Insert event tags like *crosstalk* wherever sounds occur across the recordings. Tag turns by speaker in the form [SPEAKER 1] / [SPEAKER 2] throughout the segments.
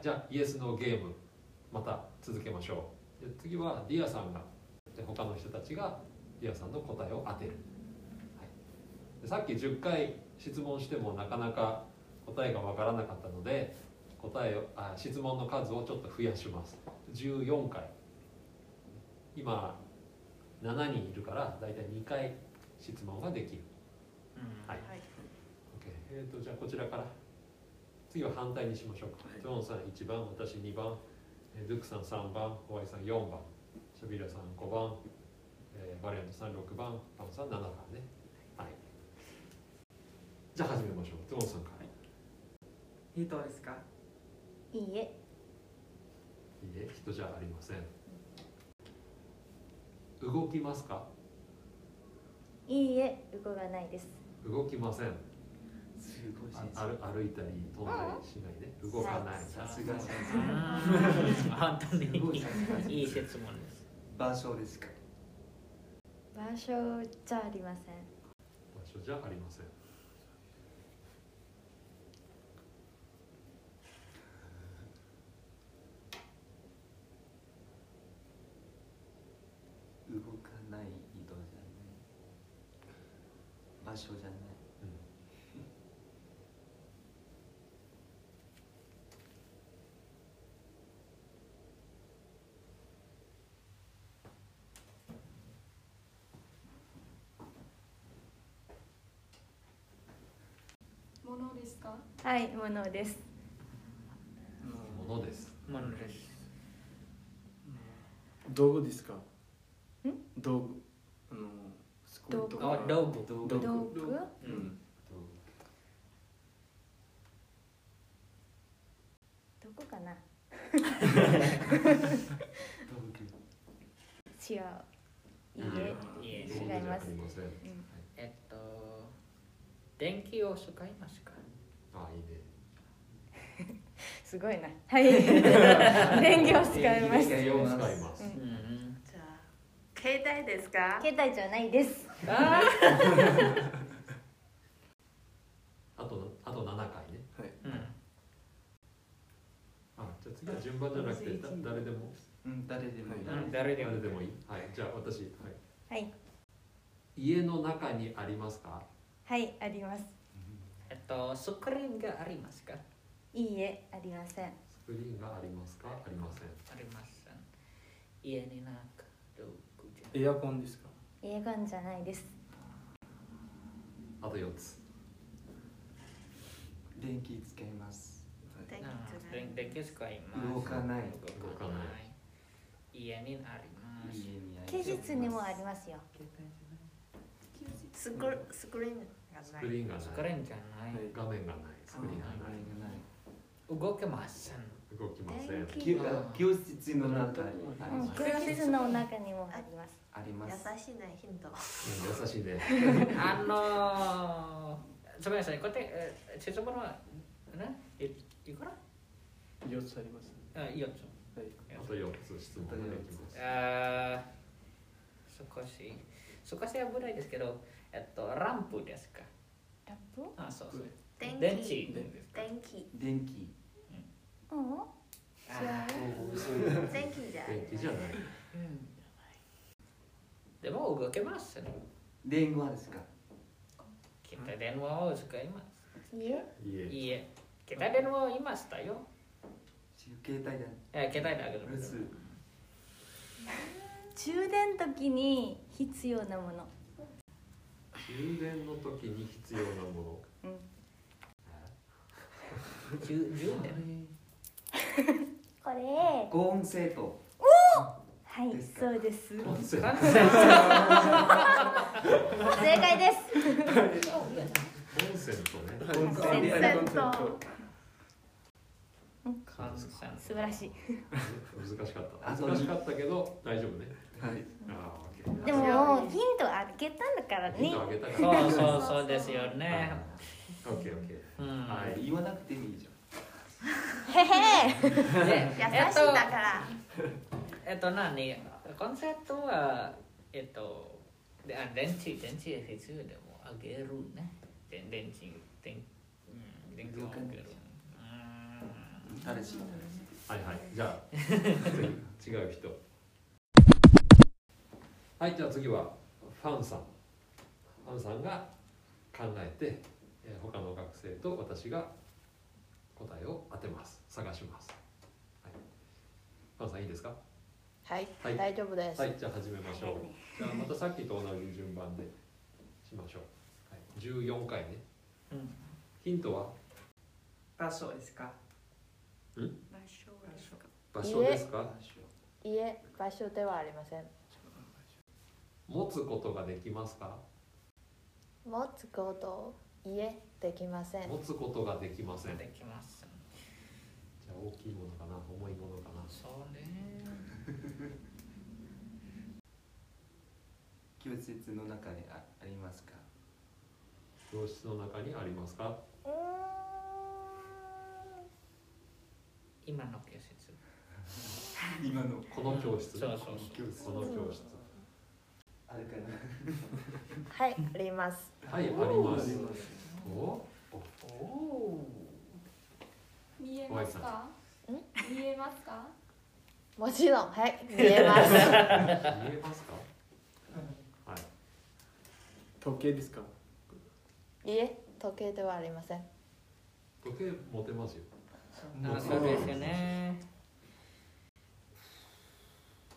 [SPEAKER 1] じゃあイエスのゲームまた続けましょうで次はディアさんがで他の人たちがディアさんの答えを当てる、はい、でさっき10回質問してもなかなか答えがわからなかったので答えをあ質問の数をちょっと増やします14回今7人いるからだいたい2回質問ができる
[SPEAKER 2] うん
[SPEAKER 1] はい
[SPEAKER 3] はい
[SPEAKER 1] OK えー、とじゃあこちらから次は反対にしましょうか、
[SPEAKER 2] はい
[SPEAKER 1] ゾーンさん1番私2番えールックさん3番ホワイさん4番シャビラさん5番、えーバレントさん6番パンさん7番ねはいじゃあ始めましょうゾーンさんから、い、
[SPEAKER 2] いいとですか
[SPEAKER 3] いいえ
[SPEAKER 1] いえ人じゃありません動きますか
[SPEAKER 3] いいえ動かないです
[SPEAKER 1] 動きません
[SPEAKER 2] すごい
[SPEAKER 1] あ歩歩いたり飛んだりしないね動かない
[SPEAKER 2] さすが先
[SPEAKER 4] あー反対
[SPEAKER 2] 生すごいさすが
[SPEAKER 4] にいい
[SPEAKER 2] 先生
[SPEAKER 4] 質問です
[SPEAKER 2] 場所ですか
[SPEAKER 3] 場所じゃありません
[SPEAKER 1] 場所じゃありません
[SPEAKER 2] 動かない移動じゃない場所じゃない
[SPEAKER 5] ものですか
[SPEAKER 3] はいものです
[SPEAKER 1] ものです
[SPEAKER 4] ものです
[SPEAKER 6] 道具ですか
[SPEAKER 3] ん
[SPEAKER 6] 道具あのスコールとか
[SPEAKER 4] あ道具
[SPEAKER 2] 道
[SPEAKER 3] 道
[SPEAKER 2] 具
[SPEAKER 3] 具
[SPEAKER 6] うん
[SPEAKER 3] どこかな
[SPEAKER 2] 道具
[SPEAKER 3] 違ういいえ
[SPEAKER 4] いいえ
[SPEAKER 3] 違います
[SPEAKER 1] ありません。
[SPEAKER 3] うん
[SPEAKER 4] えっと電気を使いますか
[SPEAKER 1] あ、いいね。
[SPEAKER 3] すごいな
[SPEAKER 2] *laughs*
[SPEAKER 3] はい電気を使いま
[SPEAKER 2] 電
[SPEAKER 3] す
[SPEAKER 2] 気が
[SPEAKER 3] 携
[SPEAKER 2] 用
[SPEAKER 1] 使います。
[SPEAKER 4] うん
[SPEAKER 7] じゃあ携帯ですか
[SPEAKER 3] 帯じゃないです
[SPEAKER 4] あ
[SPEAKER 1] あと、あと七回ね。
[SPEAKER 6] はい
[SPEAKER 4] ーうん
[SPEAKER 1] あ、じゃあ次は順番じゃなくて、だ誰でも、
[SPEAKER 2] うん誰でもいい、
[SPEAKER 4] うん誰でも
[SPEAKER 1] 誰でもいい。はい、じゃあ私、はい。
[SPEAKER 3] はい
[SPEAKER 1] 家の中にありますか
[SPEAKER 3] はいあります
[SPEAKER 4] えっとスクリーンがありますかあ
[SPEAKER 3] いいえありません
[SPEAKER 1] スクリーンがありますかありません。
[SPEAKER 4] りません家の中道具じ
[SPEAKER 6] エ
[SPEAKER 4] ゃ
[SPEAKER 6] アコンですか
[SPEAKER 3] 映画じゃないです
[SPEAKER 1] あと四つ。
[SPEAKER 2] 電気使います
[SPEAKER 7] 電気
[SPEAKER 4] な
[SPEAKER 7] じゃない
[SPEAKER 4] 電電気を使います
[SPEAKER 2] 動かない
[SPEAKER 4] 動かない家にあります
[SPEAKER 2] 家にあり
[SPEAKER 3] 休
[SPEAKER 2] ます
[SPEAKER 3] 日にもありますよ
[SPEAKER 2] 携帯じゃない
[SPEAKER 5] 休日
[SPEAKER 7] スクスクリーン
[SPEAKER 1] ス
[SPEAKER 7] がな
[SPEAKER 1] ク
[SPEAKER 7] い
[SPEAKER 1] リーンが
[SPEAKER 4] ス
[SPEAKER 1] な
[SPEAKER 4] クリ
[SPEAKER 1] い。
[SPEAKER 4] ーンじゃない
[SPEAKER 6] はい
[SPEAKER 1] 画面がない。スクリーンがない。
[SPEAKER 4] 動けません
[SPEAKER 1] 動きません。
[SPEAKER 3] 電気
[SPEAKER 2] 休あ休日の中にあり
[SPEAKER 3] うん
[SPEAKER 2] ます
[SPEAKER 3] 休日の中にもあります
[SPEAKER 2] ありま
[SPEAKER 7] 優
[SPEAKER 2] す
[SPEAKER 7] しいなヒント
[SPEAKER 1] うん優しいね。
[SPEAKER 4] あのー、すみません、こうやって、えー質問は、ね、いいくら
[SPEAKER 6] 4つあります
[SPEAKER 4] あ、いいよ、
[SPEAKER 6] はい
[SPEAKER 1] あと四つ質問ができます。
[SPEAKER 4] あー少し、少し危ないですけど、えっと、ランプですか
[SPEAKER 3] ラップ
[SPEAKER 4] あ、そうそう。
[SPEAKER 7] 電気
[SPEAKER 4] 電池
[SPEAKER 6] 電気
[SPEAKER 4] ですか
[SPEAKER 7] 電気
[SPEAKER 2] 電気
[SPEAKER 3] うん
[SPEAKER 4] あー
[SPEAKER 7] 電気じゃない
[SPEAKER 1] 電気じゃない。
[SPEAKER 4] でも動けます、ね。
[SPEAKER 2] 電話ですか
[SPEAKER 4] 携帯電話を使いま
[SPEAKER 3] いいえ
[SPEAKER 4] す。
[SPEAKER 1] 家。
[SPEAKER 4] いいえ。携帯電話を言いましたよ。
[SPEAKER 2] 携帯だ
[SPEAKER 4] えー、携帯だけど。
[SPEAKER 2] 留守
[SPEAKER 3] 充電時に必要なもの
[SPEAKER 1] 充電の時に必要なもの。
[SPEAKER 3] うん
[SPEAKER 4] 充充電。
[SPEAKER 3] これ
[SPEAKER 2] 高音生徒
[SPEAKER 3] はい
[SPEAKER 2] ですか
[SPEAKER 3] そうです
[SPEAKER 1] コンセント
[SPEAKER 4] 完成
[SPEAKER 3] 正解です
[SPEAKER 1] コンセントね。
[SPEAKER 2] コン
[SPEAKER 3] セント
[SPEAKER 2] コンセント
[SPEAKER 4] 完成
[SPEAKER 3] *laughs* 素晴らしい
[SPEAKER 1] 難しかっ
[SPEAKER 2] あ
[SPEAKER 1] た
[SPEAKER 2] そう
[SPEAKER 1] 難しかったけど大丈夫ね
[SPEAKER 2] はい
[SPEAKER 1] ああ OK
[SPEAKER 3] で
[SPEAKER 1] ヒ
[SPEAKER 3] もヒントあげたんだから
[SPEAKER 1] ン
[SPEAKER 3] ね
[SPEAKER 1] トあげたか
[SPEAKER 4] そ
[SPEAKER 1] ら
[SPEAKER 4] うそうそうですよね。
[SPEAKER 1] OKOK
[SPEAKER 4] うん。
[SPEAKER 1] はい
[SPEAKER 2] 言わなくてもいいじゃん
[SPEAKER 3] へへ
[SPEAKER 4] で
[SPEAKER 7] 優しい
[SPEAKER 4] えっ
[SPEAKER 7] だ
[SPEAKER 4] と
[SPEAKER 7] から
[SPEAKER 4] えっと何コンセントはえっとであ電池電池必要でもあげるね電電池電うん電池をあげるうーん
[SPEAKER 2] 誰しも
[SPEAKER 1] はいはいじゃ
[SPEAKER 4] *laughs*
[SPEAKER 1] あ次違う人はいじゃあ次はファンさんファンさんが考えて、えー他の学生と私が答えを当てます探します、はい、ファンさんいいですか
[SPEAKER 3] はい、
[SPEAKER 1] はい
[SPEAKER 3] 大丈夫です、
[SPEAKER 1] はいじゃあ始めましょうじゃあまたさっきと同じ順番でしましょう、はい、14回ね、
[SPEAKER 4] うん
[SPEAKER 1] ヒントは
[SPEAKER 8] 場所ですか
[SPEAKER 7] 場所です
[SPEAKER 1] 場
[SPEAKER 7] か
[SPEAKER 1] 所ですか
[SPEAKER 3] 家場所ではありません
[SPEAKER 1] 持つことができますか
[SPEAKER 3] 持つこと家できません
[SPEAKER 1] 持つことができません
[SPEAKER 4] できます
[SPEAKER 1] じゃあ大きいものかな重いものかな
[SPEAKER 4] そうね
[SPEAKER 2] 教室の中にあありますか
[SPEAKER 1] 教室の中にありますか
[SPEAKER 3] うーん
[SPEAKER 4] 今の教室
[SPEAKER 2] 今の
[SPEAKER 1] この教室、
[SPEAKER 4] そうそうそう
[SPEAKER 1] この教室
[SPEAKER 2] あるか
[SPEAKER 1] *laughs*
[SPEAKER 2] な
[SPEAKER 3] はいあります
[SPEAKER 1] はいありま
[SPEAKER 6] あ
[SPEAKER 1] す
[SPEAKER 6] ります
[SPEAKER 1] お
[SPEAKER 4] おお
[SPEAKER 5] 見えますか
[SPEAKER 3] ん
[SPEAKER 5] 見えますか
[SPEAKER 3] もちろんはい見えます
[SPEAKER 1] *laughs* 見えますかはい
[SPEAKER 6] 時計ですか
[SPEAKER 3] 家時計ではありません
[SPEAKER 1] 時計持てますよ
[SPEAKER 4] あそうですよね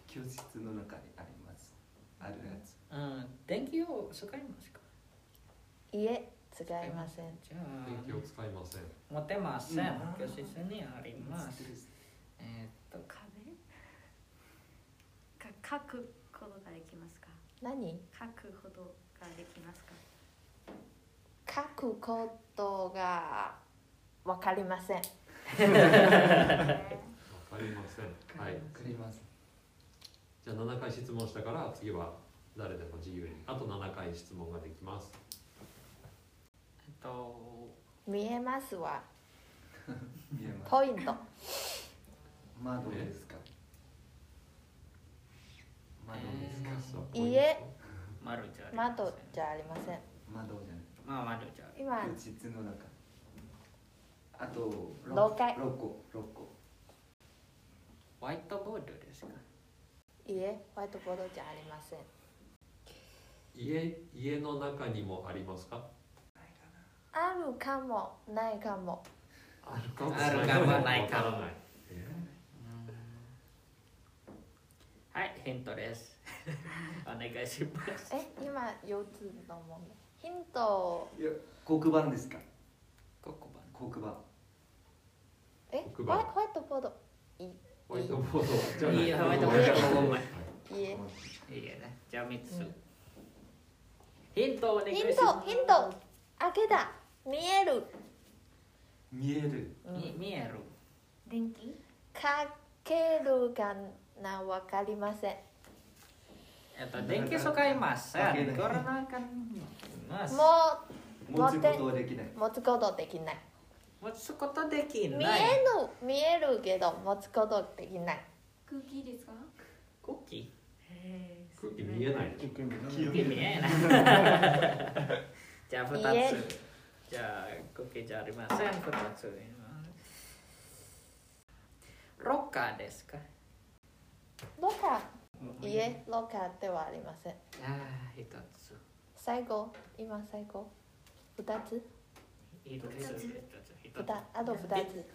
[SPEAKER 2] 教室の中にありますあるやつ
[SPEAKER 4] うん電気を使いますか
[SPEAKER 3] 家使いません
[SPEAKER 4] じゃあ
[SPEAKER 1] 電気を使いません
[SPEAKER 4] 持てません
[SPEAKER 2] うん
[SPEAKER 4] 教室にありますえーっと
[SPEAKER 7] 壁か書くことができますか
[SPEAKER 3] 何
[SPEAKER 7] 書くことができますか
[SPEAKER 3] 書くことがわかりませ
[SPEAKER 1] わ
[SPEAKER 3] ん
[SPEAKER 1] かりませんはい
[SPEAKER 2] わかります
[SPEAKER 1] じゃあ7回質問したから次は誰でも自由にあと7回質問ができます
[SPEAKER 4] えっと
[SPEAKER 3] 見えますは
[SPEAKER 2] 見えます
[SPEAKER 3] ポイント
[SPEAKER 2] 窓ですか窓ですか
[SPEAKER 1] そう
[SPEAKER 3] いいえ
[SPEAKER 4] 丸じゃありません
[SPEAKER 3] 窓じゃありません
[SPEAKER 2] 窓じゃない
[SPEAKER 4] まあ窓じゃあり
[SPEAKER 3] 今
[SPEAKER 2] 教室の中あと
[SPEAKER 3] 廊下
[SPEAKER 2] 六個六個
[SPEAKER 4] ホワイトボードですか
[SPEAKER 3] 家ホワイトボードじゃありません
[SPEAKER 1] 家家の中にもありますか
[SPEAKER 3] あるかもないかも
[SPEAKER 1] あるかも
[SPEAKER 4] あるかもないかも
[SPEAKER 1] わらないえ
[SPEAKER 4] はいヒントです
[SPEAKER 3] *laughs*
[SPEAKER 4] お願いします
[SPEAKER 3] え今4つの問題ヒント
[SPEAKER 2] いや黒板ですか
[SPEAKER 4] 黒板
[SPEAKER 2] 黒板
[SPEAKER 3] えホ
[SPEAKER 1] 黒板
[SPEAKER 3] ワイホワイトボード
[SPEAKER 1] ホワイトボードじゃない
[SPEAKER 4] いやホワイトボードじゃごめん
[SPEAKER 3] 家
[SPEAKER 4] いいよねじゃあ三つ、ヒントお願い
[SPEAKER 3] ヒ
[SPEAKER 4] し
[SPEAKER 3] ン
[SPEAKER 4] ま
[SPEAKER 3] ト
[SPEAKER 4] す
[SPEAKER 3] ヒント開けた見える
[SPEAKER 2] 見える
[SPEAKER 4] み見える
[SPEAKER 7] 電気
[SPEAKER 3] かけるかなわかりません
[SPEAKER 4] えっと電気使います
[SPEAKER 2] かけない
[SPEAKER 4] コロナ禍にます
[SPEAKER 3] も
[SPEAKER 2] 持つことはできないう
[SPEAKER 3] 持つことできない
[SPEAKER 4] 持つことでき
[SPEAKER 3] 見え
[SPEAKER 4] ない
[SPEAKER 3] る見えるけど持つことできない
[SPEAKER 5] 空気ですか
[SPEAKER 4] クッキ
[SPEAKER 1] 空気見えないでしょ
[SPEAKER 6] 時計見えない
[SPEAKER 4] ークッキー見えないじゃあ二
[SPEAKER 3] 見える
[SPEAKER 4] つじゃあクッキーじゃありません二つロッカーですか
[SPEAKER 3] ロカ家ロカではありません
[SPEAKER 4] ああ一つ
[SPEAKER 3] 最後今最後二つ
[SPEAKER 4] 一つ一つ一
[SPEAKER 3] 二
[SPEAKER 4] つ
[SPEAKER 3] あと二つ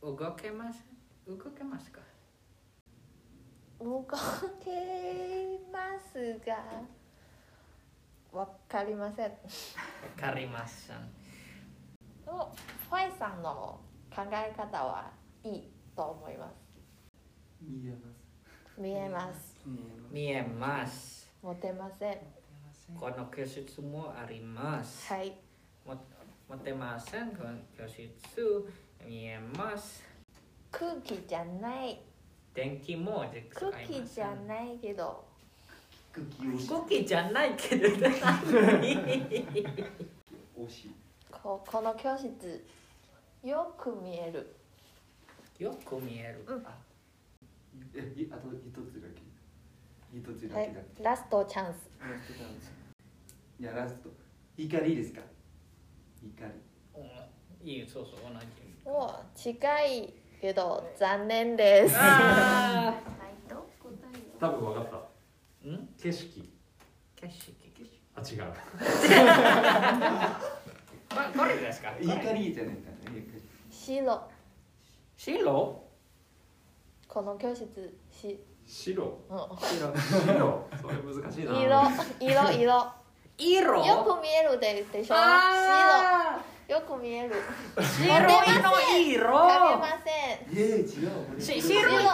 [SPEAKER 4] 動けます動けますか
[SPEAKER 3] 動けますがわかりません
[SPEAKER 4] わかりません
[SPEAKER 3] でもファイさんの考え方はいいと思いま
[SPEAKER 2] 見えます
[SPEAKER 3] す見えます
[SPEAKER 6] 見えます
[SPEAKER 4] 見えます
[SPEAKER 3] 持てません
[SPEAKER 4] この教室もあります
[SPEAKER 3] はい
[SPEAKER 4] も持てませんこの教室見えます
[SPEAKER 3] 空気じゃない
[SPEAKER 4] 電気も使います
[SPEAKER 3] 空気じゃないけど
[SPEAKER 2] 空気押し
[SPEAKER 4] 空気じゃないけど
[SPEAKER 2] 押し
[SPEAKER 3] ここの教室よく見える
[SPEAKER 4] よく見える
[SPEAKER 2] えいあと一つだけ一つ
[SPEAKER 3] は
[SPEAKER 2] だけ
[SPEAKER 3] い
[SPEAKER 2] だ
[SPEAKER 3] ラストチャンス
[SPEAKER 6] ラストダンス
[SPEAKER 2] いやラスト光ですか光
[SPEAKER 4] うんいいそうそう同じ
[SPEAKER 3] もう近いけど残念です。
[SPEAKER 4] あ
[SPEAKER 7] ライト
[SPEAKER 5] 答え
[SPEAKER 1] 多
[SPEAKER 5] は
[SPEAKER 1] 分分かった
[SPEAKER 4] ーん
[SPEAKER 1] 景色
[SPEAKER 4] 景色
[SPEAKER 1] あ違う
[SPEAKER 4] まあこれですか
[SPEAKER 2] 光じゃないかね光
[SPEAKER 3] 白
[SPEAKER 4] 白
[SPEAKER 3] この教室し、
[SPEAKER 1] 白
[SPEAKER 3] うん、
[SPEAKER 1] 白それ難しい
[SPEAKER 3] 色
[SPEAKER 1] な
[SPEAKER 3] 色色よ
[SPEAKER 4] 色
[SPEAKER 3] く見えるででしょ。白
[SPEAKER 4] あ
[SPEAKER 3] よく見える。
[SPEAKER 4] ー白いの
[SPEAKER 3] かけ
[SPEAKER 4] 色
[SPEAKER 3] ま
[SPEAKER 2] え
[SPEAKER 3] せん。
[SPEAKER 2] え違うこれ
[SPEAKER 4] し
[SPEAKER 3] 白 *laughs*
[SPEAKER 4] 白い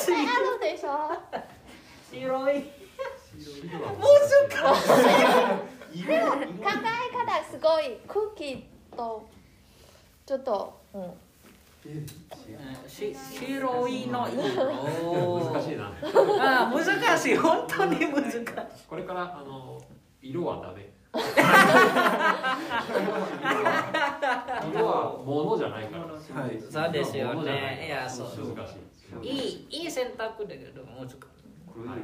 [SPEAKER 3] 白いっぱいあるでしょ。
[SPEAKER 4] 白い
[SPEAKER 1] 白は
[SPEAKER 2] 色色
[SPEAKER 3] 考え方すごい空気とちょっと、うん、
[SPEAKER 2] え違う
[SPEAKER 4] うんし白いの色
[SPEAKER 1] 難しいな
[SPEAKER 4] あー難しい本当に難しい
[SPEAKER 1] これからあの色はダメ色は物じゃないから
[SPEAKER 6] はい
[SPEAKER 4] そうですよねいやそう
[SPEAKER 1] 難しい
[SPEAKER 4] いいいい選択だけど難しい
[SPEAKER 2] 黒い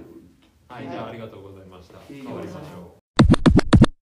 [SPEAKER 1] はいじゃあありがとうございました変わりましょう